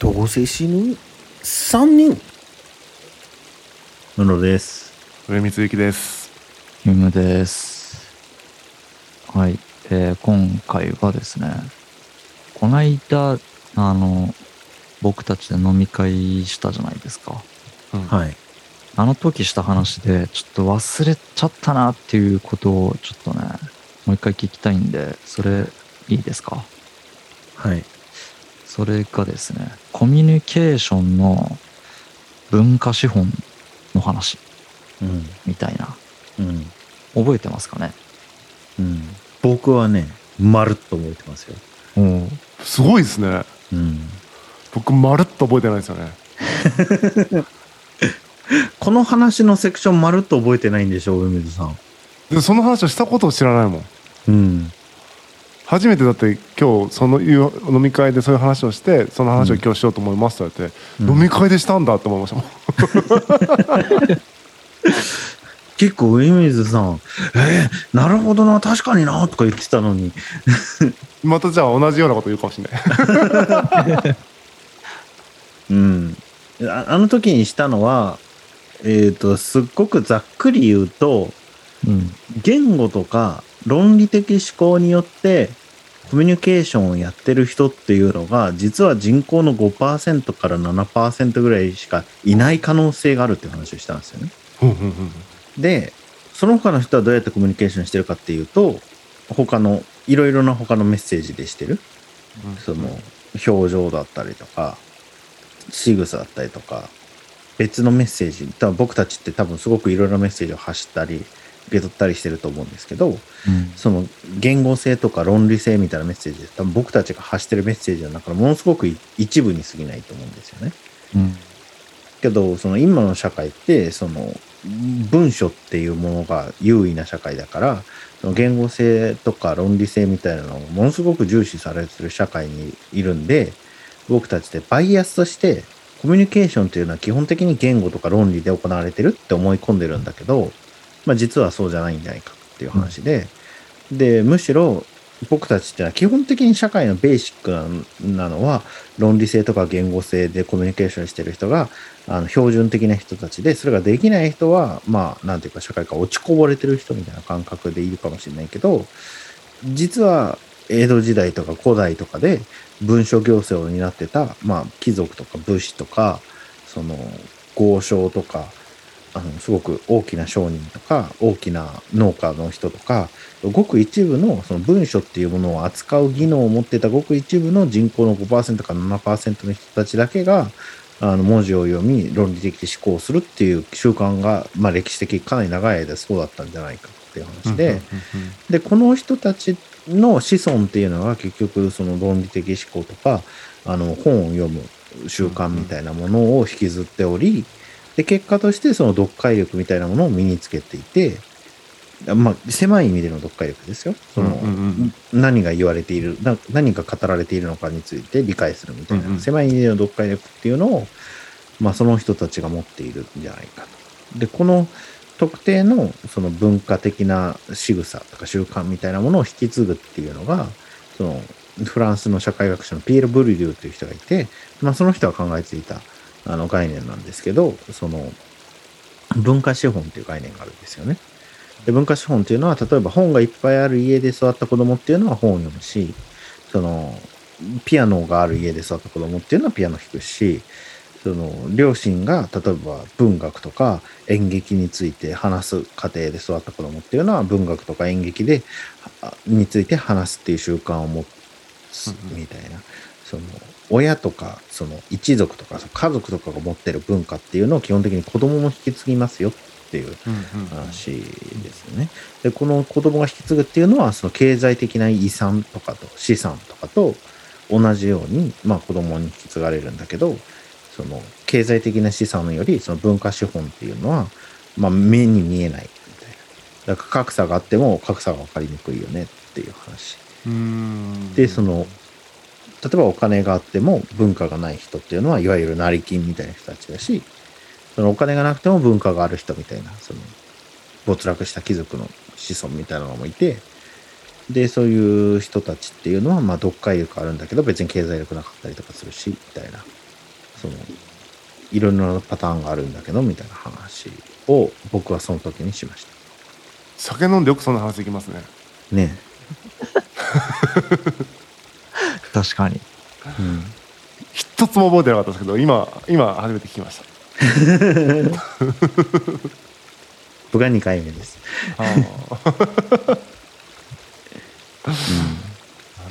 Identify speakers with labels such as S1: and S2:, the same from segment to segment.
S1: 合成死ぬ3人
S2: ムロです。
S3: 上光之です。
S4: ムムです。はい、えー今回はですね、こないだ、あの、僕たちで飲み会したじゃないですか。
S2: はい。
S4: あの時した話で、ちょっと忘れちゃったなっていうことを、ちょっとね、もう一回聞きたいんで、それ、いいですか
S2: はい。
S4: それがですね、コミュニケーションの文化資本の話
S2: うん。
S4: みたいな、
S2: うん。
S4: 覚えてますかね
S2: うん。僕はね、まるっと覚えてますよ。
S4: おお。
S3: すごいですね。
S2: うん。
S3: 僕まるっと覚えてないですよね。
S2: この話のセクションまるっと覚えてないんでしょう、梅津さん。
S3: でその話をしたことを知らないもん。
S2: うん。
S3: 初めてだって今日そのいう飲み会でそういう話をしてその話を今日しようと思いますと言われて、
S2: うん
S3: 飲み会でしたんだって思いましたもん。
S2: 結構梅津さん、えー、なるほどな、確かにな、とか言ってたのに。
S3: またじゃあ同じようなこと言うかもしれない。
S2: うん。ああの時にしたのは、えっ、と、すっごくざっくり言うと、
S4: うん。
S2: 言語とか論理的思考によってコミュニケーションをやってる人っていうのが実は人口の5%から7%ぐらいしかいない可能性があるっていう話をしたんですよね。
S3: うんうんうん
S2: でその他の人はどうやってコミュニケーションしてるかっていうと他のいろいろな他のメッセージでしてる
S3: うん
S2: その表情だったりとか仕草だったりとか別のメッセージ多分僕たちって多分すごくいろいろなメッセージを発したり受け取ったりしてると思うんですけど、
S4: うん
S2: その言語性とか論理性みたいなメッセージで多分僕たちが発してるメッセージの中のものすごく一部に過ぎないと思うんですよね。
S4: うん。
S2: けどその今の社会ってその文書っていうものが優位な社会だからその言語性とか論理性みたいなのをものすごく重視されてる社会にいるんで僕たちってバイアスとしてコミュニケーションというのは基本的に言語とか論理で行われてるって思い込んでるんだけど、まあ、実はそうじゃないんじゃないかっていう話で、でむしろ僕たちってのは基本的に社会のベーシックななのは論理性とか言語性でコミュニケーションしてる人があの標準的な人たちでそれができない人はまあなんていうか社会から落ちこぼれてる人みたいな感覚でいるかもしれないけど実は江戸時代とか古代とかで文書行政を担ってた、まあ、貴族とか武士とかその豪商とかあのすごく大きな商人とか大きな農家の人とかごく一部のその文書っていうものを扱う技能を持ってたごく一部の人口の5%から7%の人たちだけがあの文字を読み論理的思考をするっていう習慣が、まあ、歴史的かなり長い間そうだったんじゃないかっていう話で。でこの人たちの子孫っていうのは結局その論理的思考とかあの本を読む習慣みたいなものを引きずっておりで結果としてその読解力みたいなものを身につけていてまあ狭い意味での読解力ですよその、
S3: うんうんうん
S2: 何が言われているな何が語られているのかについて理解するみたいな、
S3: うんうん
S2: 狭い意味での読解力っていうのを、まあ、その人たちが持っているんじゃないかと。でこの特定のその文化的な仕草とか習慣みたいなものを引き継ぐっていうのがそのフランスの社会学者のピエール・ブリューという人がいて、まあ、その人が考えていたあの概念なんですけどその文化資本っていう概念があるんですよね。で文化資本っていうのは例えば本がいっぱいある家で育った子供っていうのは本を読むしそのピアノがある家で育った子供っていうのはピアノ弾くしその両親が例えば文学とか演劇について話す家庭で育った子供っていうのは文学とか演劇であについて話すっていう習慣を持つ
S3: うんうん
S2: みたいな。その親とかその一族とかその家族とかが持ってる文化っていうのを基本的に子供も引き継ぎますよっていう
S3: うんうん
S2: 話ですよね。でこの子供が引き継ぐっていうのはその経済的な遺産とかと資産とかと同じように、まあ、子供に引き継がれるんだけどその経済的な資産よりその文化資本っていうのは、まあ、目に見えないみたいなだから格差があっても格差が分かりにくいよねっていう話。
S3: うん
S2: でその例えばお金があっても文化がない人っていうのはいわゆる成金みたいな人たちだしそのお金がなくても文化がある人みたいなその没落した貴族の子孫みたいなのもいてでそういう人たちっていうのはまあ読解力あるんだけど別に経済力なかったりとかするしみたいなそのいろいろなパターンがあるんだけどみたいな話を僕はその時にしまし
S3: 酒飲んでよくそんな話できますね
S2: たね
S4: 確かに。
S2: え、うん、
S3: 一つも覚えてなかったですけど今今初めて聞きまし
S2: 僕が2回目です、
S3: たあー
S2: う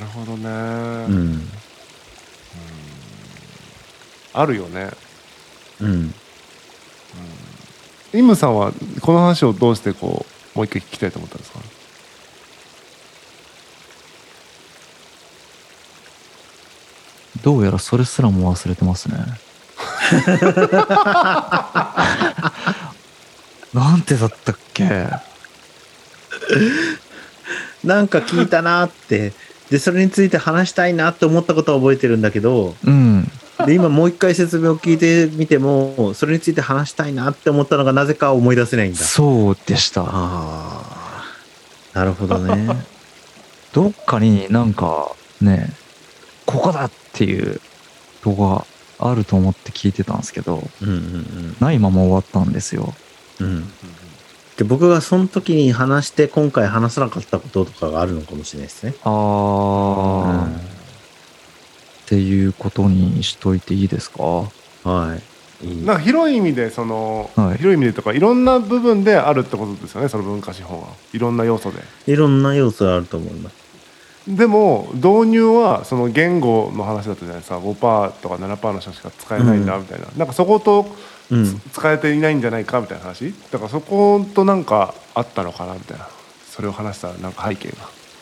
S3: なるほどね、
S2: んうん
S3: あるよね
S2: うん、
S3: イムさんはこの話をどうしてこうもう一回聞きたいと思ったんですか
S4: どうやらそれすらも忘れてます ね。なんてだったっけ
S2: なんか聞いたなーってでそれについて話したいなって思ったことは覚えてるんだけど
S4: うん。
S2: で今もう一回説明を聞いてみてもそれについて話したいなって思ったのがなぜか思い出せないんだ
S4: そうでした。
S2: ああなるほどね
S4: どっかになんかね、ここだっていう動画あると思って聞いてたんですけど、
S2: うんうん
S4: ないまま終わったんですよ。
S2: うんうんで僕がその時に話して今回話さなかったこととかがあるのかもしれないですね
S4: あー、
S2: うん
S4: っていうことにしといていいですか
S2: はいいい
S3: なんか広い意味でその、
S4: はい
S3: 広い意味でとかいろんな部分であるってことですよねその文化資本はいろんな要素で
S2: いろんな要素があると思います
S3: でも導入はその言語の話だったじゃないですか5%とか7%の人しか使えないんだ
S2: うん
S3: みたいな、なんかそこと
S2: うん
S3: つ使えていないんじゃないかみたいな話だからそことなんかあったのかなみたいなそれを話したなんか背景が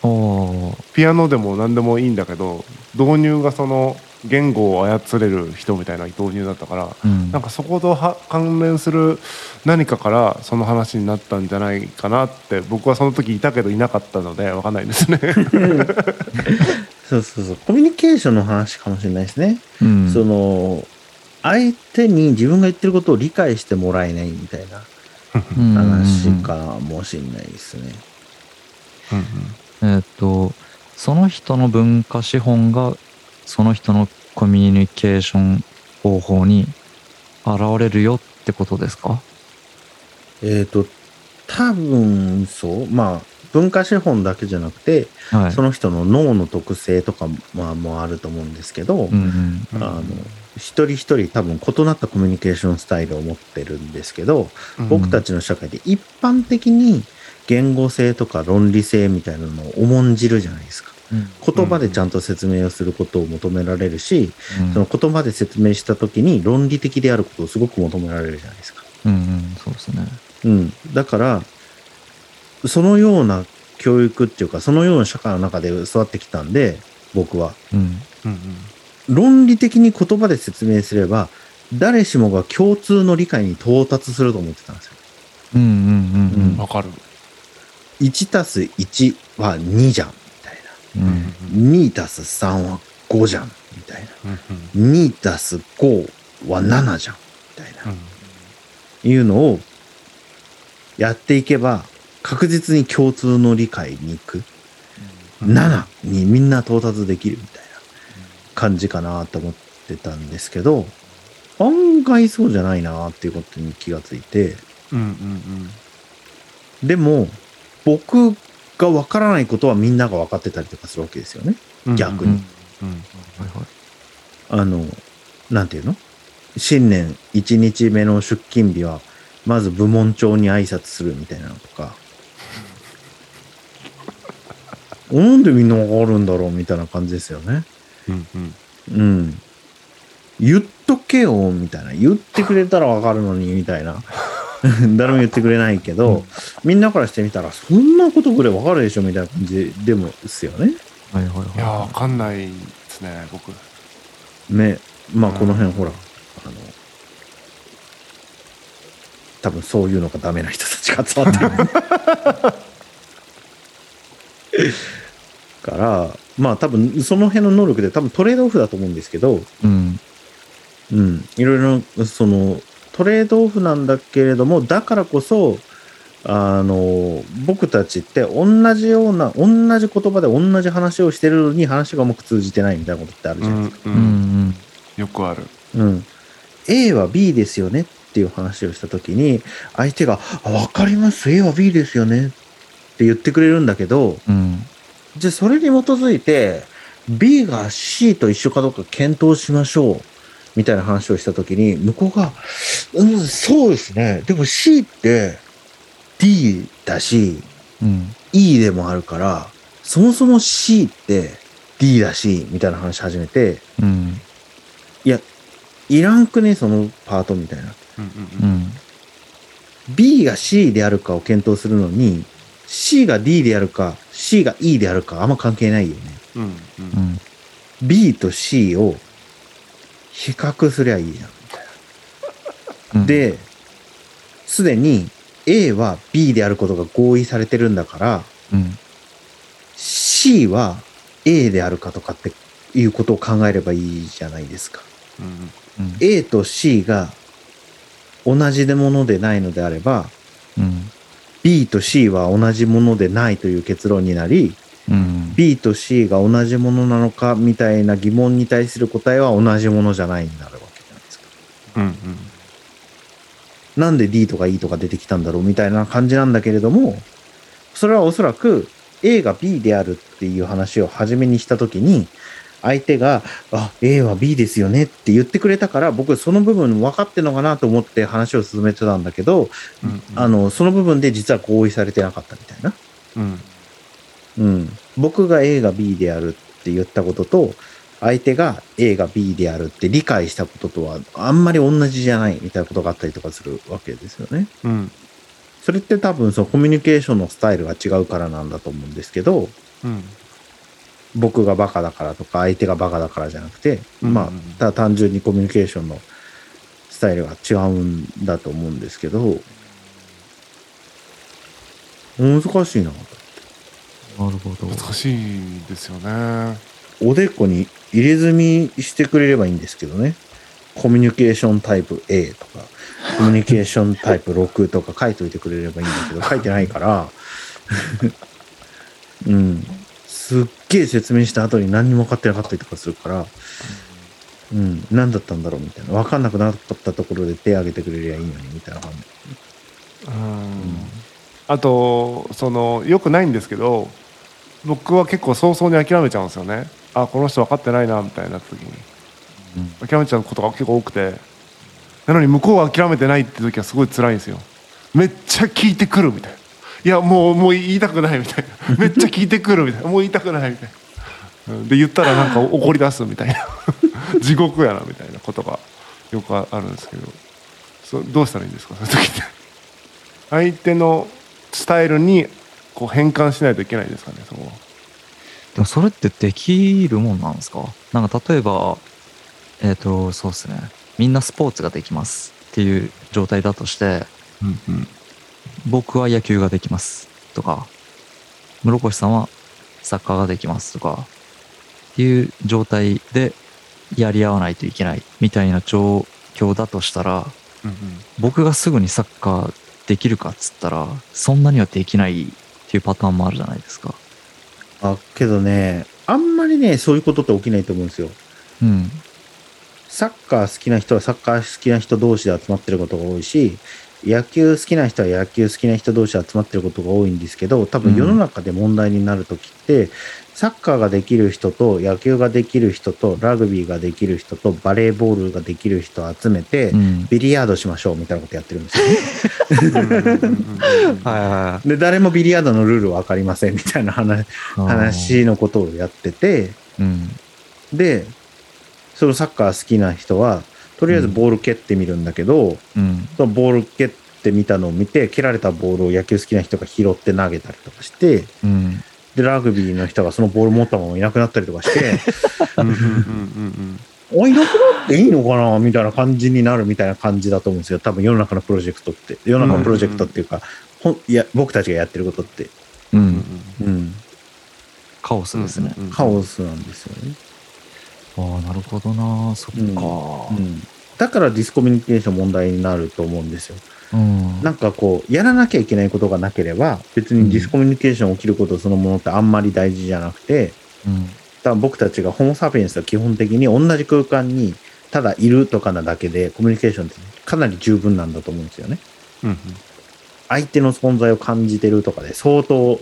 S4: あー、
S3: ピアノでも何でもいいんだけど導入がその言語を操れる人みたいな導入だったから、
S4: うん
S3: なんかそことは関連する何かからその話になったんじゃないかなって僕はその時いたけどいなかったので分かんないですね。
S2: そうそうそうコミュニケーションの話かもしれないですね、
S4: うん。
S2: その相手に自分が言ってることを理解してもらえないみたいな
S4: うん
S2: 話かもしれないですね、
S4: えっ、と、その人の文化資本が、その人のコミュニケーション方法に現れるよってことですか
S2: えっ、と、多分そう。まあ、文化資本だけじゃなくて、
S4: はい。
S2: その人の脳の特性とかも,、まあ、もあると思うんですけど、
S4: うんうん。
S2: あの、一人一人多分異なったコミュニケーションスタイルを持ってるんですけど、
S3: うん
S2: 僕たちの社会で一般的に言語性とか論理性みたいなのを重んじるじゃないですか。言葉でちゃんと説明をすることを求められるし、
S4: うん
S2: その言葉で説明した時に論理的であることをすごく求められるじゃないですか。
S4: うんうん、そうですね。
S2: うん、だからそのような教育っていうかそのような社会の中で育ってきたんで僕は
S4: うん。
S3: うんうん
S2: 論理的に言葉で説明すれば誰しもが共通の理解に到達すると思ってたんですよ。
S4: うんうんうんうん
S3: わかる、
S2: 1たす1は2じゃんみたい
S4: うん。
S2: な2たす3は5じゃんみたいな
S3: うんうん
S2: 2たす5は7じゃんみたいな
S3: うん
S2: いうのをやっていけば確実に共通の理解に行く。
S3: うん
S2: 7にみんな到達できるみたいな感じかなと思ってたんですけど、案外そうじゃないなっていうことに気がついて、
S3: うんうん
S2: でも、僕がわからないことはみんなが分かってたりとかするわけですよね。
S3: うん
S2: 逆
S4: に
S3: うんうん
S4: はいはい。
S2: あの、なんていうの新年1日目の出勤日は、まず部門長に挨拶するみたいなのとか、 なんでみんなわかるんだろうみたいな感じですよね。
S3: うんうん
S2: うん。言っとけよ、みたいな。言ってくれたらわかるのに、みたいな。 誰も言ってくれないけど、みんなからしてみたら、そんなことぐらいわかるでしょ、みたいな感じでもですよね。
S4: はいはい
S3: いやー
S4: は
S3: わかんないですね僕
S2: ね。まあ、
S3: うん
S2: この辺、ほら、あの、多分そういうのがダメな人たちが集まってる。 から、まあ多分その辺の能力で多分トレードオフだと思うんですけど、
S4: い。うん。
S2: うん、いろいろそのトレードオフなんだけれどもだからこそあの僕たちって同じような同じ言葉で同じ話をしてるのに話がうまく通じてないみたいなことってあるじゃないですか、
S4: うんうん。
S3: よくある
S2: うん A は B ですよねっていう話をした時に相手が「あわかります A は B ですよね」って言ってくれるんだけど
S4: うん。
S2: じゃあそれに基づいて B が C と一緒かどうか検討しましょうみたいな話をした時に向こうが「うんそうですねでも C って D だし
S4: うん。
S2: E でもあるからそもそも C って D だし」みたいな話し始めて
S4: うん。
S2: いやいらんくねそのパートみたいな。
S3: うん
S4: う
S3: うん
S4: ん。
S2: B が C であるかを検討するのに C が D であるか C が E であるかあんま関係ないよね
S3: うんうん
S4: う
S3: うん
S4: ん。
S2: B と C を比較すりゃいいじゃんみたい
S4: うん
S2: な、ですでに A は B であることが合意されてるんだから
S4: うん。
S2: C は A であるかとかっていうことを考えればいいじゃないですか
S3: うん
S4: うん。
S2: A と C が同じものでないのであれば
S4: うん。
S2: B と C は同じものでないという結論になり
S4: うん。
S2: B と C が同じものなのかみたいな疑問に対する答えは同じものじゃないになるわけじゃないですか。
S3: うん
S2: なんで D とか E とか出てきたんだろうみたいな感じなんだけれども、それはおそらく A が B であるっていう話を初めにしたときに、相手が、あ、A は B ですよねって言ってくれたから、僕その部分分かってんのかなと思って話を進めてたんだけど、
S3: うんうん
S2: あの、その部分で実は合意されてなかったみたいな。
S3: うん
S2: うん、僕が A が B であるって言ったことと相手が A が B であるって理解したこととはあんまり同じじゃないみたいなことがあったりとかするわけですよね。
S3: うん
S2: それって多分そのコミュニケーションのスタイルが違うからなんだと思うんですけど
S3: うん
S2: 僕がバカだからとか相手がバカだからじゃなくて、
S3: うん
S2: まあただ単純にコミュニケーションのスタイルが違うんだと思うんですけど難しいなと。
S4: なるほど。
S3: 難しいですよね
S2: おでこに入れ墨してくれればいいんですけどね。コミュニケーションタイプ A とか、コミュニケーションタイプ6とか書いといてくれればいいんだけど、書いてないから。 うん。すっげえ説明した後に何にも分かってなかったりとかするから、うん、何だったんだろうみたいな。分かんなくなったところで手挙げてくれりゃいいのにみたいな感じ。
S3: うんあとそのよくないんですけど僕は結構早々に諦めちゃうんですよねあこの人分かってないなみたいになった時に
S4: うん
S3: 諦めちゃうことが結構多くてなのに向こうが諦めてないって時はすごい辛いんですよめっちゃ聞いてくるみたいないやもうもう言いたくないみたいなめっちゃ聞いてくるみたいなもう言いたくないみたいなうんで言ったらなんか怒り出すみたいな 地獄やなみたいなことがよくあるんですけどそどうしたらいいんですかそういう時って相手のスタイルにこう変換しないといけないですかねそこは
S4: でもそれってできるもんなんですかなんか例えば、えっ、と、そうですね。みんなスポーツができますっていう状態だとして、
S3: うんうん
S4: 僕は野球ができますとか、室越さんはサッカーができますとか、っていう状態でやり合わないといけないみたいな状況だとしたら、
S3: うん
S4: 僕がすぐにサッカーできるかっつったら、そんなにはできないっていうパターンもあるじゃないですか。
S2: あ、けどね、あんまりね、そういうことって起きないと思うんですよ。
S4: うん。
S2: サッカー好きな人はサッカー好きな人同士で集まってることが多いし、野球好きな人は野球好きな人同士で集まってることが多いんですけど、多分世の中で問題になるときって、サッカーができる人と野球ができる人とラグビーができる人とバレーボールができる人を集めて、
S4: うん。
S2: ビリヤードしましょうみたいなことやってるんですよ。
S3: うんうんうんうんうん
S4: はいはいは
S2: で、誰もビリヤードのルールわかりませんみたいな話
S4: い。
S2: 話のことをやってて、
S4: うん。
S2: で、そのサッカー好きな人は、とりあえずボール蹴ってみるんだけど、
S4: うん。
S2: そのボール蹴ってみたのを見て、蹴られたボールを野球好きな人が拾って投げたりとかして、
S4: うん。
S2: で、ラグビーの人がそのボール持ったままいなくなったりとか して、
S3: うんうんうん
S2: おいなくなっていいのかなみたいな感じになるみたいな感じだと思うんですよ。多分世の中のプロジェクトって。世の中のプロジェクトっていうか、ほんいや僕たちがやってることって、
S4: う
S3: うんうん
S4: ん。
S2: うん、
S4: カオスですね。
S3: うんうん
S2: カオスなんですよね。
S4: ああ、なるほどな。そっ
S2: う
S4: か。
S2: んだからディスコミュニケーション問題になると思うんですよ。
S4: うん。
S2: なんかこう、やらなきゃいけないことがなければ、別にディスコミュニケーション起きることそのものってあんまり大事じゃなくて、
S4: うん。
S2: 多分僕たちがホモ・サピエンスは基本的に同じ空間にただいるとかなだけで、コミュニケーションってかなり十分なんだと思うんですよね。
S3: うんうん
S2: 相手の存在を感じてるとかで、相当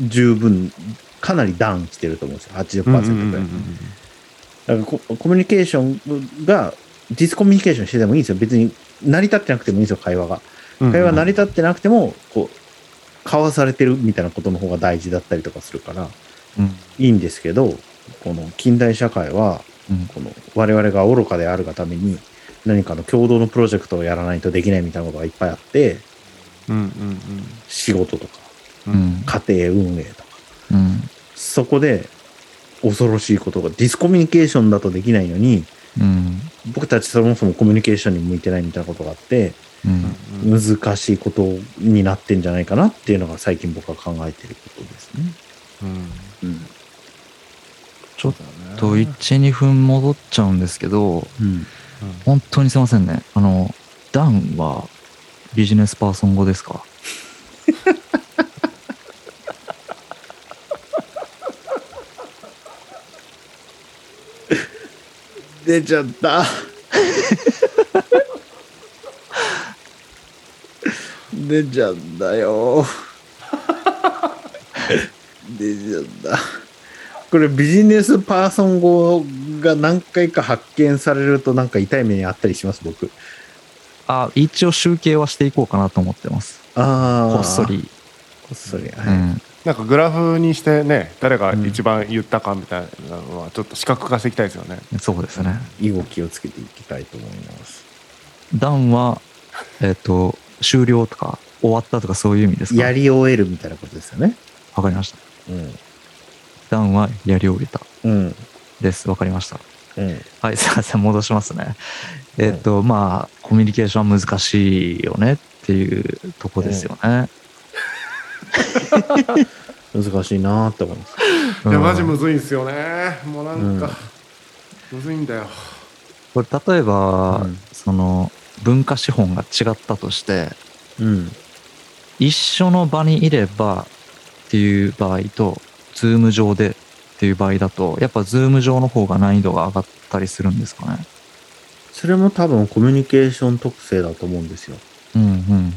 S2: 十分、かなりダウンしてると思うんですよ。80%
S3: う
S2: ぐ
S3: ん
S2: らい。
S3: うんうんうん
S2: だからココミュニケーションが、ディスコミュニケーションしててもいいんですよ。別に成り立ってなくてもいいんですよ、会話が。
S3: うん
S2: 会話成り立ってなくても、こう、交わされてるみたいなことの方が大事だったりとかするから、
S4: うん。
S2: いいんですけど、この近代社会は、
S4: うん。
S2: この我々が愚かであるがために、何かの共同のプロジェクトをやらないとできないみたいなことがいっぱいあって、
S3: うんうん
S2: 仕事と
S3: う
S4: うんん。
S2: か、家庭運営とか、
S4: うん。
S2: そこで恐ろしいことが、ディスコミュニケーションだとできないのに、
S4: うん。
S2: 僕たちそもそもコミュニケーションに向いてないみたいなことがあって、
S4: うん。
S3: うんうん
S2: 難しいことになってんじゃないかなっていうのが最近僕は考えてることですね。
S3: うん
S2: うん。
S4: ちょっと1、2分戻っちゃうんですけど、
S2: うん。
S4: 本当にすいませんね。あの、ダンはビジネスパーソン語ですか
S2: 出ちゃった。出ちゃったよ。出ちゃった。これビジネスパーソン語が何回か発見されるとなんか痛い目にあったりします僕。
S4: あ、一応集計はしていこうかなと思ってます。
S2: ああ。
S4: こっそ。り。
S2: こっそり。
S4: う
S2: はい。
S4: ん。
S3: なんかグラフにしてね誰が一番言ったかみたいなのはちょっと視覚化していきたいですよね、
S4: そうですね。
S2: 以後気をつけていきたいと思います。
S4: ダンは、えっ、と、終了とか、終わったとかそういう意味ですか
S2: やり終えるみたいなことですよね。
S4: わかりました。
S2: うん。
S4: ダンはやり終えた。
S2: うん。
S4: です。わかりました。
S2: うん。
S4: はい、すいません、戻しますね。えっ、と、まあ、コミュニケーションは難しいよねっていうとこですよね。
S2: 難しいなーって思います。
S4: うん
S3: いやマジむずいんすよねもうなんか、むずいんだよ
S4: これ、例えば、
S2: うん
S4: その、文化資本が違ったとして、
S2: うん。
S4: 一緒の場にいればっていう場合と、ズーム上でっていう場合だと、やっぱズーム上の方が難易度が上がったりするんですかね。
S2: それも多分コミュニケーション特性だと思うんですよ。
S4: うん、うん、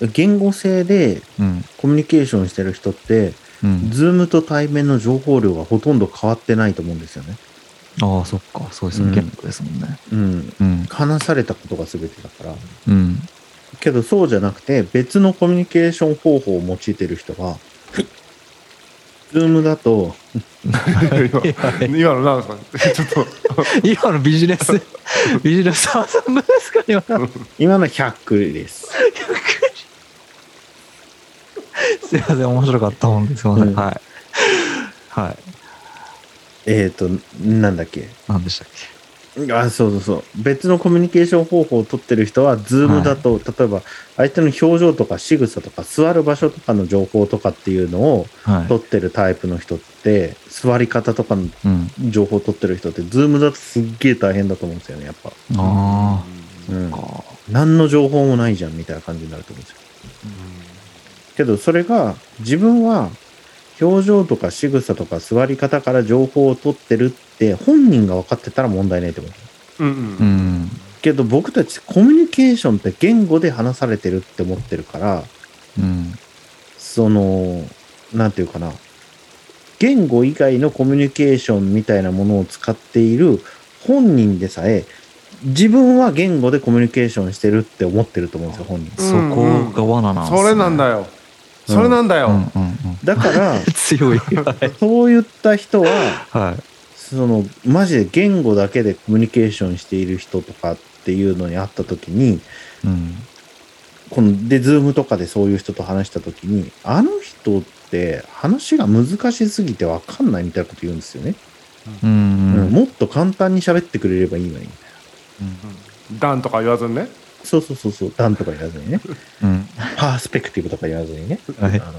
S4: うん。
S2: 言語性で
S4: うん、
S2: コミュニケーションしてる人って、
S4: うん。
S2: ズームと対面の情報量がほとんど変わってないと思うんですよね。
S4: ああ、そっか。そうです
S2: う
S4: ね。
S2: ん
S4: 言語ですもんね。
S2: うん。
S4: うん、
S2: 話されたことが全てだから。
S4: うん、
S2: けどそうじゃなくて、別のコミュニケーション方法を用いてる人が、ズームだと、
S3: 今今のなんですかちょっと
S4: 今のビジネス、ビジネスパーソングですか今の。
S2: 今の100です。
S4: すいません、面白かったもんですいません。
S2: うん
S4: はい。はい。
S2: えっ、と、なんだっけ。
S4: 何でしたっ
S2: あそうそうそう別のコミュニケーション方法を取ってる人はズームだと、例えば相手の表情とか仕草とか座る場所とかの情報とかっていうのを
S4: けは
S2: 取ってるタイプの人って座り方とかの
S4: い。うん。
S2: 情報を取ってる人ってズームだとすっげえ大変だと思うんですよねやっぱ、
S4: あ
S2: うん
S4: あ。、か。
S2: 何の情報もないじゃんみたいな感じになると思うんですよけどそれが自分は表情とか仕草とか座り方から情報を取ってるって本人が分かってたら問題ないと思う
S3: うんうん
S4: う
S3: うん
S4: ん。
S2: けど僕たちコミュニケーションって言語で話されてるって思ってるから、
S4: うん。
S2: その、なんていうかな。言語以外のコミュニケーションみたいなものを使っている本人でさえ、自分は言語でコミュニケーションしてるって思ってると思うんですよ、本人。
S4: そこが罠なんですね
S3: それなんだよそれなんだ
S4: うんうん
S3: よ、
S4: うん。
S2: だから、
S4: 強い。
S2: そういった人は、
S4: はい。
S2: その、マジで言語だけでコミュニケーションしている人とかっていうのに会った時に、
S4: うん。
S2: こので、ズームとかでそういう人と話したときに、あの人って話が難しすぎてわかんないみたいなこと言うんですよね。う
S4: う
S2: ん
S4: ん。
S2: もっと簡単に喋ってくれればいいのに。
S3: ダンとか言わずにね
S2: そうそうそうそう、段とか言わずにね。
S4: うん。
S2: パースペクティブとか言わずにね。
S4: はい
S2: あの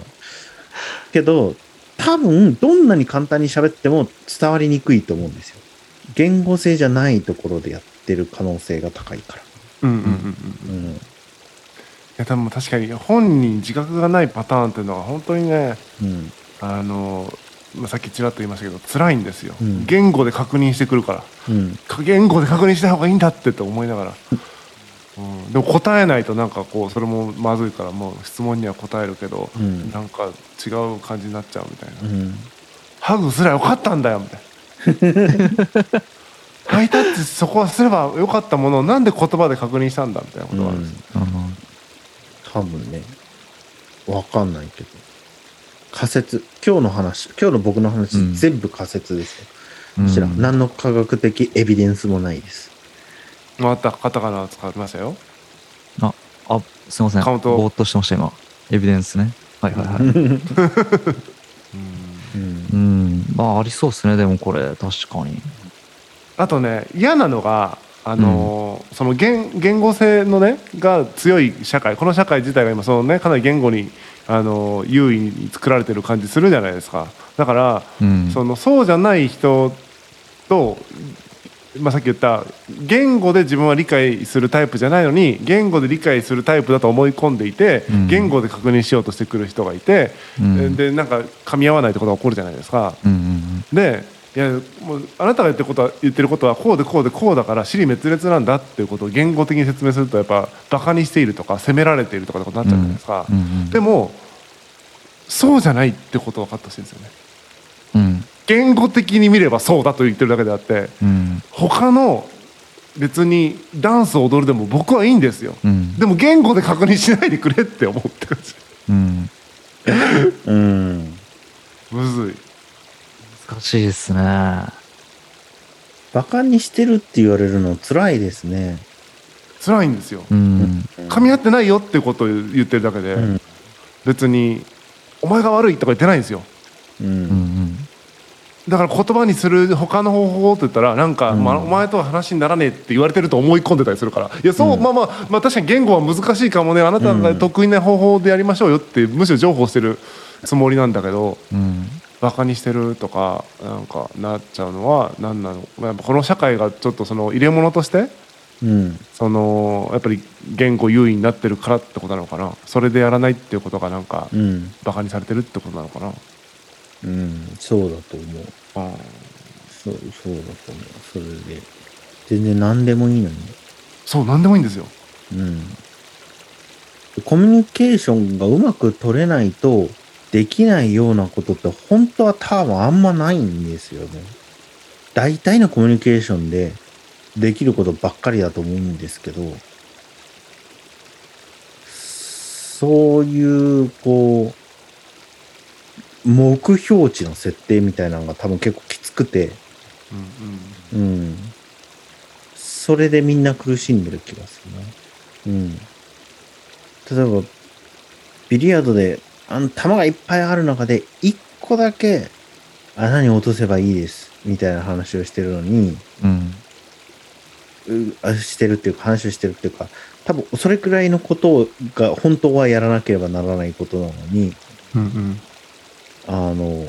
S2: けど、多分、どんなに簡単に喋っても伝わりにくいと思うんですよ。言語性じゃないところでやってる可能性が高いから。
S3: うんうんうんうん
S2: う
S3: い
S2: ん。
S3: や多分確かに本人自覚がないパターンっていうのは本当にね
S2: うん。
S3: あのまあさっきちらっと言いましたけど辛いんですよ、
S2: うん
S3: 言語で確認してくるか
S2: う
S3: ら
S2: ん。
S3: か言語で確認した方がいいんだってと思いながら、うん、でも答えないとなんかこうそれもまずいからもう質問には答えるけど、
S2: うん
S3: なんか違う感じになっちゃうみたいな、
S2: うん。
S3: ハグすりゃよかったんだよみたいなハイタッチそこはすればよかったものをなんで言葉で確認したんだみたいなことがあるんですよ、
S4: うん
S2: 多分ね、わかんないけど。仮説。今日の話、今日の僕の話、
S4: うん
S2: 全部仮説ですよ。
S4: うん
S2: 知らん。何の科学的エビデンスもないです。
S3: またカタカナ使いましたよ
S4: あ、すいません。
S3: カウント
S4: ぼーっとしてました、今。エビデンスね。はいはいはい。
S2: うん
S4: うん。まあ、ありそうですね。でもこれ、確かに。
S3: あとね嫌なのがあのーその言言語性のねが強い社会この社会自体が今そのねかなり言語にあのー優位に作られてる感じするじゃないですかだから、
S4: うん。
S3: そのそうじゃない人と、まあ、さっき言った言語で自分は理解するタイプじゃないのに言語で理解するタイプだと思い込んでいて、
S4: うん
S3: 言語で確認しようとしてくる人がいて、
S4: うん
S3: でなんか噛み合わないってことが起こるじゃないですか。
S4: うんうん
S3: でいやもうあなたが言ってることは言ってることはこうでこうでこうだから尻滅裂なんだっていうことを言語的に説明するとやっぱバカにしているとか責められているとかってことになっちゃうじゃないですか、
S4: うんうん
S3: でもそうじゃないってことを分かってほしいんですよね
S4: うん。うん。
S3: 言語的に見ればそうだと言ってるだけであって
S4: うん。
S3: 他の別にダンスを踊るでも僕はいいんですよ、
S4: うん。
S3: でも言語で確認しないでくれって思ってるんですよ
S4: うん。
S2: うん。
S3: むずい
S4: 難しいですね。
S2: バカにしてるって言われるの辛いですね。
S3: 辛いんですよ
S4: うん。
S3: 噛み合ってないよってことを言ってるだけで、
S2: うん
S3: 別に「お前が悪い」とか言ってないんですよ
S2: う。
S4: うんん
S3: だから言葉にする他の方法って言ったらなんか、まあお前とは話にならねえって言われてると思い込んでたりするからいやそう、まあまあ、まあ、確かに言語は難しいかもねあなたが得意な方法でやりましょうよってむしろ譲歩してるつもりなんだけど
S4: うん。うん。
S3: バカにしてるとかなんかなっちゃうのは何なのまあやっぱこの社会がちょっとその入れ物として
S2: うん。
S3: そのやっぱり言語優位になってるからってことなのかなそれでやらないっていうことがなんか
S2: うん。
S3: バカにされてるってことなのかな、
S2: うん。そうだと思う。
S3: うん
S2: そう、そうだと思う。それで。全然何でもいいのに。
S3: そう何でもいいんですよ
S2: うん。コミュニケーションがうまく取れないと、できないようなことって本当は多分あんまないんですよね。大体のコミュニケーションでできることばっかりだと思うんですけど、そういう、こう、目標値の設定みたいなのが多分結構きつくて、
S3: うんうん
S2: うん。それでみんな苦しんでる気がするな。うん。例えば、ビリヤードで、あの、球がいっぱいある中で、一個だけ穴に落とせばいいです、みたいな話をしてるのに、
S4: うん。
S2: うあしてるっていうか、話をしてるっていうか、多分、それくらいのことが、本当はやらなければならないことなのに、
S3: うんうん
S2: あの、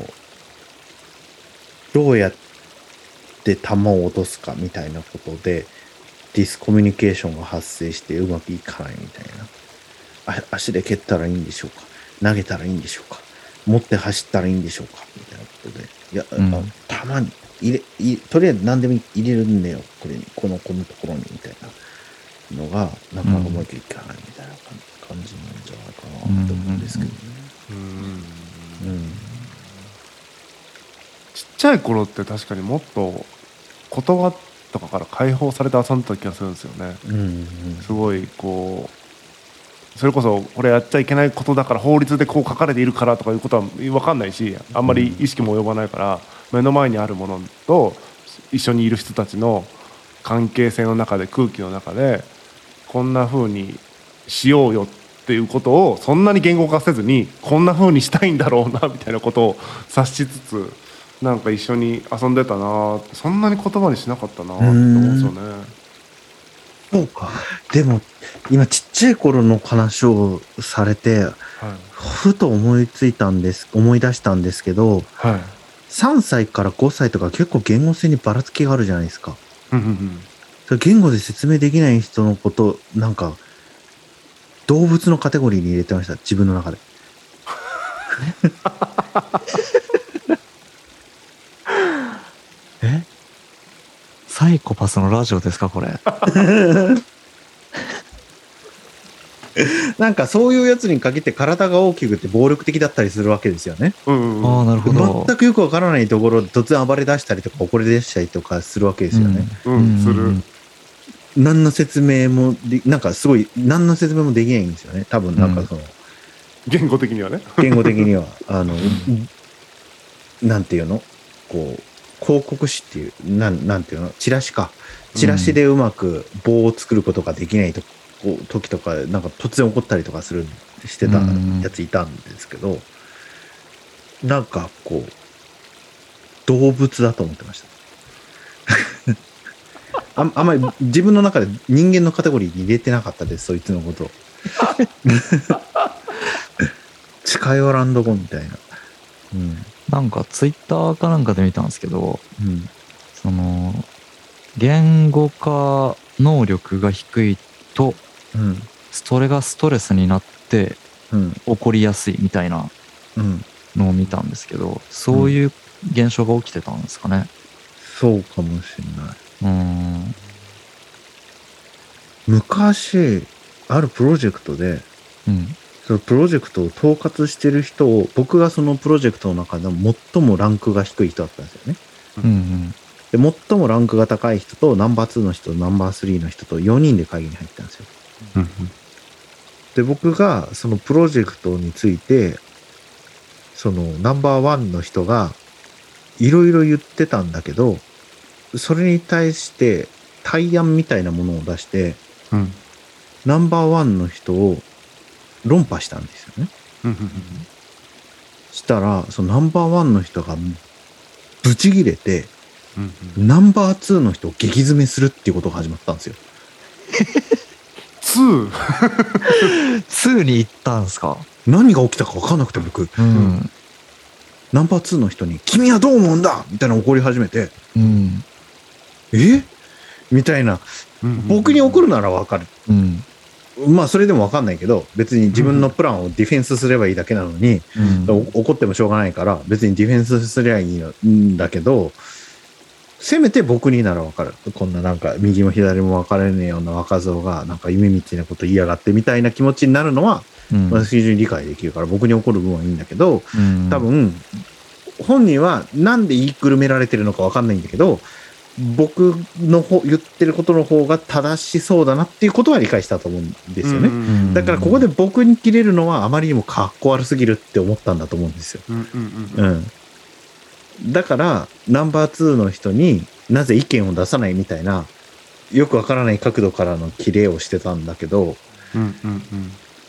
S2: どうやって球を落とすかみたいなことで、ディスコミュニケーションが発生してうまくいかないみたいな。あ足で蹴ったらいいんでしょうか投げたらいいんでしょうか持って走ったらいいんでしょうかみたいなことで。いや、
S4: うん
S2: あ球に入れ入れ、とりあえず何でも入れるんだよ。これに、この、このところに、みたいなのが、なかなかうまくいかないみたいな感じなんじゃないかなと思うんですけどね。
S3: うん
S2: うん
S3: ちっちゃい頃って確かにもっと言葉とかから解放されて遊んでた気がするんですよね
S2: うんうん
S3: すごいこうそれこそこれやっちゃいけないことだから法律でこう書かれているからとかいうことは分かんないしあんまり意識も及ばないから目の前にあるものと一緒にいる人たちの関係性の中で空気の中でこんな風にしようよっていうことをそんなに言語化せずにこんな風にしたいんだろうな みたいなことを察しつつなんか一緒に遊んでたなってそんなに言葉にしなかったなって思うんですよね。
S2: そうか。でも、今ちっちゃい頃の話をされて、
S3: はい
S2: ふと思いついたんです、思い出したんですけど、
S3: はい
S2: 3歳から5歳とか結構言語性にばらつきがあるじゃないですか。
S3: うんうんうん
S2: それ言語で説明できない人のこと、なんか、動物のカテゴリーに入れてました、自分の中で。
S4: サイコパスのラジオですか、これ。
S2: なんかそういうやつに限って体が大きくて暴力的だったりするわけですよね。
S3: うんうんうん
S4: ああ、なるほど。
S2: 全くよくわからないところで突然暴れ出したりとか怒り出したりとかするわけですよね。
S3: うんする
S2: 何の説明もで、なんかすごい、何の説明もできないんですよね。多分なんかその、
S3: 言語的にはね
S2: 言語的に は、あの、なんていうのこう、広告誌っていう、なん、なんていうのチラシか。チラシでうまく棒を作ることができないとこ、時とか、なんか突然怒ったりとかする、してた
S4: うん
S2: やついたんですけど、なんかこう、動物だと思ってました。 あんあんまり自分の中で人間のカテゴリーに入れてなかったです、そいつのことを。 近寄らんどこみたいな。うん。
S4: なんか、ツイッターかなんかで見たんですけど、
S2: うん。
S4: その、言語化能力が低いと、
S2: うん。
S4: それがストレスになって
S2: うん。
S4: 起こりやすいみたいな
S2: うん。
S4: のを見たんですけど、そういう現象が起きてたんですかね。
S2: そうかもしれない。
S4: うーん。
S2: 昔、あるプロジェクトで、
S4: うん。
S2: そのプロジェクトを統括してる人を、僕がそのプロジェクトの中でも最もランクが低い人だったんですよね。
S4: うん。
S2: で、最もランクが高い人と、ナンバー2の人とナンバー3の人と4人で会議に入ったんですよ。で、僕がそのプロジェクトについて、そのナンバーワンの人がいろいろ言ってたんだけど、それに対して対案みたいなものを出して、
S3: うん
S2: ナンバーワンの人を論破したんですよね。
S3: うん
S2: したら、そのナンバーワンの人がブチギレて、
S3: うん
S2: ナンバーツーの人を激詰めするっていうことが始まったんですよ。
S3: ツー
S4: 2に行ったんですか
S2: 何が起きたか分かんなくて僕、
S4: うん。
S2: ナンバーツーの人に、君はどう思うんだみたいな怒り始めて、
S4: うん。
S2: えみたいな。僕に怒
S3: る
S2: るならわかる。
S4: うん。
S2: まあ、それでもわかんないけど、別に自分のプランをディフェンスすればいいだけなのに、
S4: うん
S2: お怒ってもしょうがないから、別にディフェンスすりゃいいんだけど、せめて僕にならわかる。こんななんか、右も左も分かれねえような若造が、なんか夢みたいなこと言いやがってみたいな気持ちになるのは、
S4: うん
S2: 私非常に理解できるから、僕に怒る分はいいんだけど、
S4: うん
S2: 多分、本人はなんで言いくるめられてるのかわかんないんだけど、僕のほ言ってることの方が正しそうだなっていうことは理解したと思うんですよね。
S4: うん
S2: だからここで僕に切れるのはあまりにもかっこ悪すぎるって思ったんだと思うんですよ。うん。だから、ナンバー2の人になぜ意見を出さないみたいな、よくわからない角度からのキレをしてたんだけど、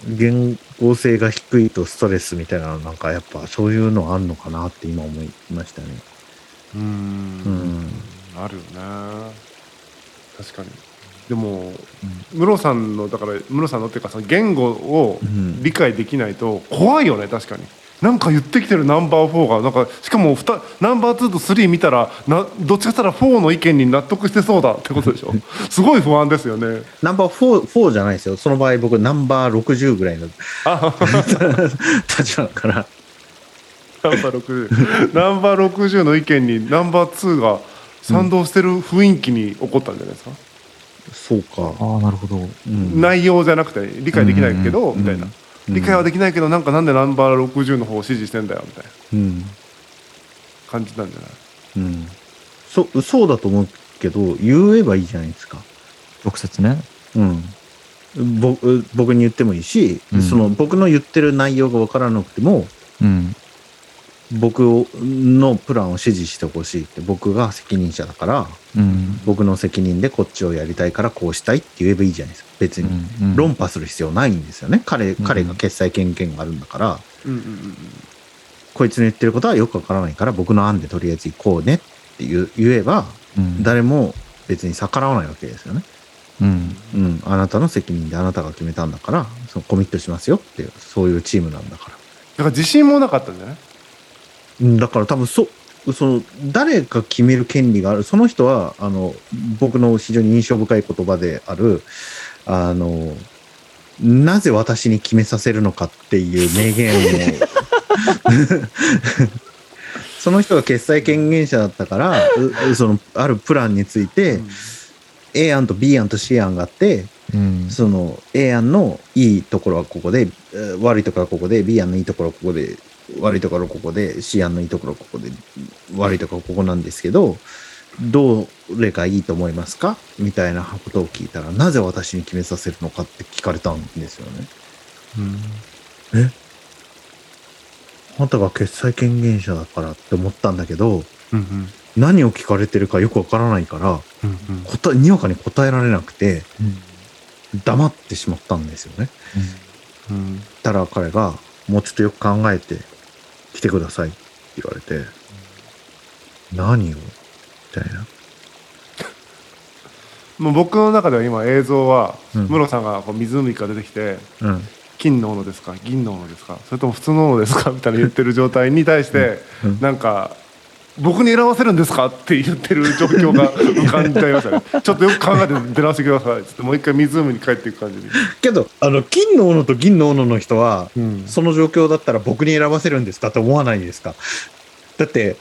S2: 言語性が低いとストレスみたいなのなんかやっぱそういうのあるのかなって今思いましたね。うん
S3: あるよね確かにでもムロさんのだからムロさんのっていうかその言語を
S2: うん
S3: 理解できないと怖いよね確かになんか言ってきてるナンバー4がなんかしかもふたナンバー2と3見たらなどっちかしたら4の意見に納得してそうだってこ とでしょすごい不安ですよね
S2: ナンバー4、4じゃないですよ。その場合僕ナンバー60ぐらいの立場だから。
S3: ナンバー60ナンバー60の意見にナンバー2が賛同してる雰囲気に起こったんじゃないですか、
S2: そうか。
S4: ああ、なるほど。
S2: うん
S3: 内容じゃなくて理解できないけど、
S2: うん
S3: みたいな、
S2: うん
S3: 理解はできないけどなんかなんでナンバー60の方を支持してんだよみたいな
S2: うん。
S3: 感じなんじゃない
S2: うん。そ、そうだと思うけど、言えばいいじゃないですか。
S4: 直接ね。
S2: うん。ぼ僕に言ってもいいし、
S4: うん
S2: その僕の言ってる内容がわからなくても、
S4: うん。
S2: 僕をのプランを支持してほしいって、僕が責任者だから、
S4: うん。
S2: 僕の責任でこっちをやりたいからこうしたいって言えばいいじゃないですか。別に。
S4: うん
S2: 論破する必要ないんですよね。彼、
S4: ん
S2: 彼が決裁権限があるんだから、
S3: うんうんうん
S2: こいつの言ってることはよくわからないから僕の案でとりあえず行こうねって言う言えば、
S4: うん
S2: 誰も別に逆らわないわけですよね。
S4: うん。
S2: うん、あなたの責任であなたが決めたんだから、そのコミットしますよっていう、そういうチームなんだから。
S3: だから自信もなかったんじゃない
S2: うんだから多分そ、その、誰が決める権利がある、その人は、あの、僕の非常に印象深い言葉である、あの、なぜ私に決めさせるのかっていう名言を、 その人が決済権限者だったから、ううその、あるプランについて、A 案と B 案と C 案があって、
S4: うん。
S2: その A 案のいいところはここで、えー悪いところはここで、B 案のいいところはここで、悪いところはここで、C 案のいいところはここで、悪いところはここなんですけど、どれがいいと思いますかみたいなことを聞いたら、なぜ私に決めさせるのかって聞かれたんですよね。あなたが決裁権限者だからって思ったんだけど、
S3: うんうん
S2: 何を聞かれてるかよくわからないから、
S3: うんうん
S2: 答え、にわかに答えられなくて、
S4: うん
S2: 黙ってしまったんですよね。
S3: うん
S2: たら彼が、もうちょっとよく考えて来てくださいって言われて、何をみたいな。
S3: もう僕の中では今映像は
S2: うん
S3: ムロさんがこう湖から出てきて
S2: うん。
S3: 金の斧ですか銀の斧ですかそれとも普通の斧ですかみたいな言ってる状態に対して
S2: うんうん
S3: なんか僕に選ばせるんですかって言ってる状況が浮かんじゃいましたねちょっとよく考えて出直してくださいっつってもう一回湖に帰っていく感じに、
S2: けど、あの、金の斧と銀の斧の人は、
S3: うん
S2: その状況だったら僕に選ばせるんですかって思わないですかだって、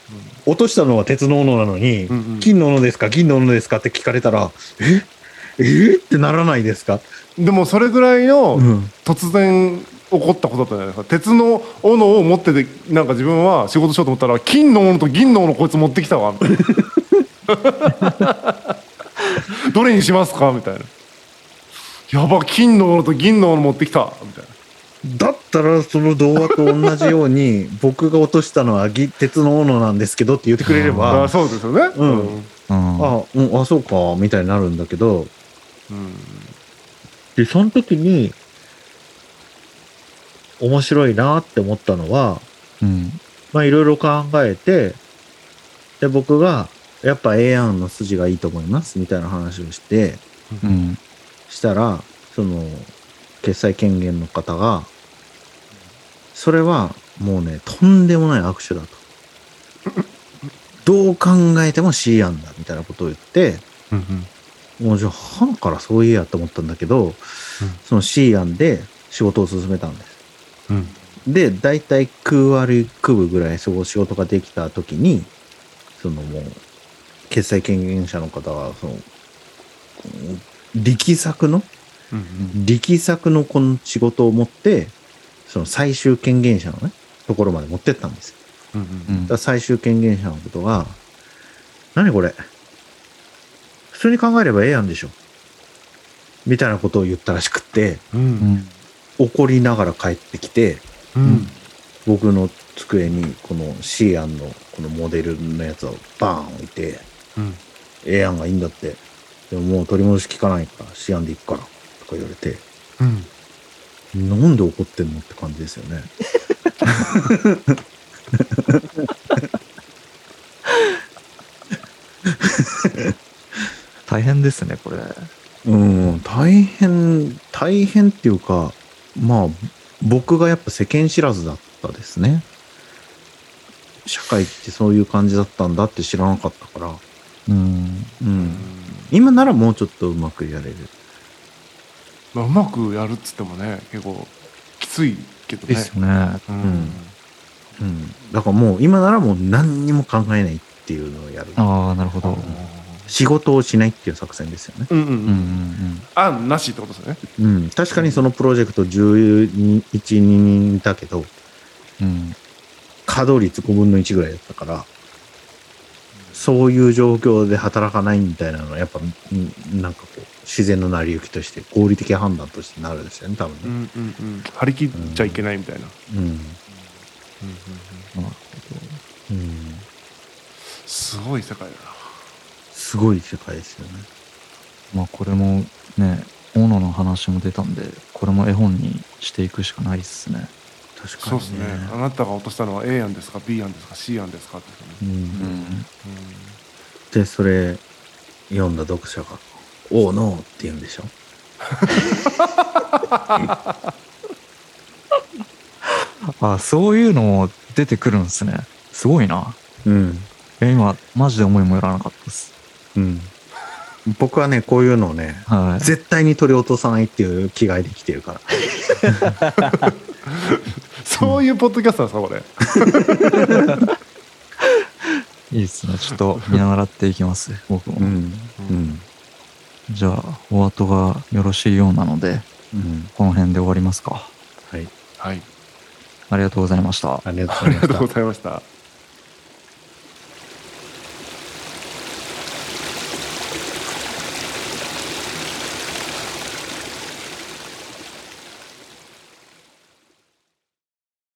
S2: 落としたのは鉄の斧なのに、
S3: うんうん
S2: 金の斧ですか銀の斧ですかって聞かれたら、ええってならないですか
S3: でもそれぐらいの
S2: うん
S3: 突然起こったことだったじゃないですか鉄の斧を持っててなんか自分は仕事しようと思ったら金の斧と銀の斧こいつ持ってきたわみたいなどれにしますかみたいなやば金の斧と銀の斧持ってきたみたいな
S2: だったら、その童話と同じように、僕が落としたのはぎ鉄の斧なんですけどって言ってくれれ
S3: あ
S2: ば、
S3: あそうですよね
S2: うん
S4: うん
S2: あ、うん、あ、そうか、みたいになるんだけど、
S3: うん
S2: で、その時に、面白いなって思ったのは、
S4: うん。
S2: まあ、いろいろ考えて、で、僕が、やっぱ A 案の筋がいいと思います、みたいな話をして、
S4: うん。
S2: したら、その、決裁権限の方が、それはもうね、とんでもない握手だと。どう考えても C 案だ、みたいなことを言って、
S3: うんうん
S2: もうじゃあ、はなからそういやと思ったんだけど、その C 案で仕事を進めたんです。
S3: うん
S2: で、大体9割9分ぐらいそう仕事ができた時に、そのもう、決裁権限者の方は、その、この力作の
S3: うん
S2: 力作のこの仕事を持って、その最終権限者のね、ところまで持ってったんですよ。
S3: うん
S4: う
S2: だ
S4: ん
S2: から最終権限者のことが、何これ普通に考えればええやんでしょみたいなことを言ったらしくって、
S3: う
S4: うんん。
S2: 怒りながら帰ってきて、
S3: うん
S2: 僕の机にこの C 案のこのモデルのやつをバーン置いて、
S3: うん
S2: ええやんがいいんだって。でももう取り戻し効かないから、C 案でいくから、とか言われて、
S3: うん
S2: なんで怒ってんのって感じですよね。
S4: 大変ですね、これ。
S2: うん、大変、大変っていうか、まあ、僕がやっぱ世間知らずだったですね。社会ってそういう感じだったんだって知らなかったから、
S4: うん。
S2: うん。今ならもうちょっとうまくやれる。
S3: まあうまくやるっつってもね結構きついけどね
S4: ですよね。
S3: う
S2: うんうん。だからもう今ならもう何にも考えないっていうのをやる。
S4: ああ、なるほど。
S2: 仕事をしないっていう作戦ですよね。
S3: うんうん
S4: うん
S3: う
S4: うんん
S3: 案なしってことですよね。
S2: うん。確かにそのプロジェクト11、2人いたけど、
S4: うん。うん。
S2: 稼働率5分の1ぐらいだったから、そういう状況で働かないみたいなのは、やっぱ、うんなんかこう、自然の成り行きとして、合理的判断としてなるんですよね、多
S3: う
S2: 分ね。
S3: んうんうん。張り切っちゃいけないみたいな。
S2: うん。
S4: なるほ
S2: うん。
S3: すごい世界だ
S2: すごい世界ですよね。
S4: ど。まあ、これもね、斧の話も出たんで、これも絵本にしていくしかないっすね。
S2: 確
S3: な。
S2: か
S3: そう
S2: に、ね。
S3: ですね。あなたが落としたのは A 案ですか B 案ですか C 案ですかってことね
S2: うん。
S4: うん。
S2: で、それ、読んだ読者が、おうのーって言うんでしょ
S4: あそういうのも出てくるんですね。すごいな。
S2: うん。
S4: え、今、マジで思いもよらなかったです。
S2: うん。僕はね、こういうのをね、
S4: はい。
S2: 絶対に取り落とさないっていう気概で生きてるから。
S3: そういうポッドキャストなんですかこれ。
S4: いいですね。ちょっと 見習っていきます。僕も。
S2: うんう
S3: う
S2: んん
S4: じゃあ、お後がよろしいようなので、
S2: うん
S4: この辺で終わりますか。
S2: はい
S3: はい
S4: ありがとうございました。
S2: ありがとうござ
S3: あり
S2: いまし
S3: がとう
S2: た
S3: ございました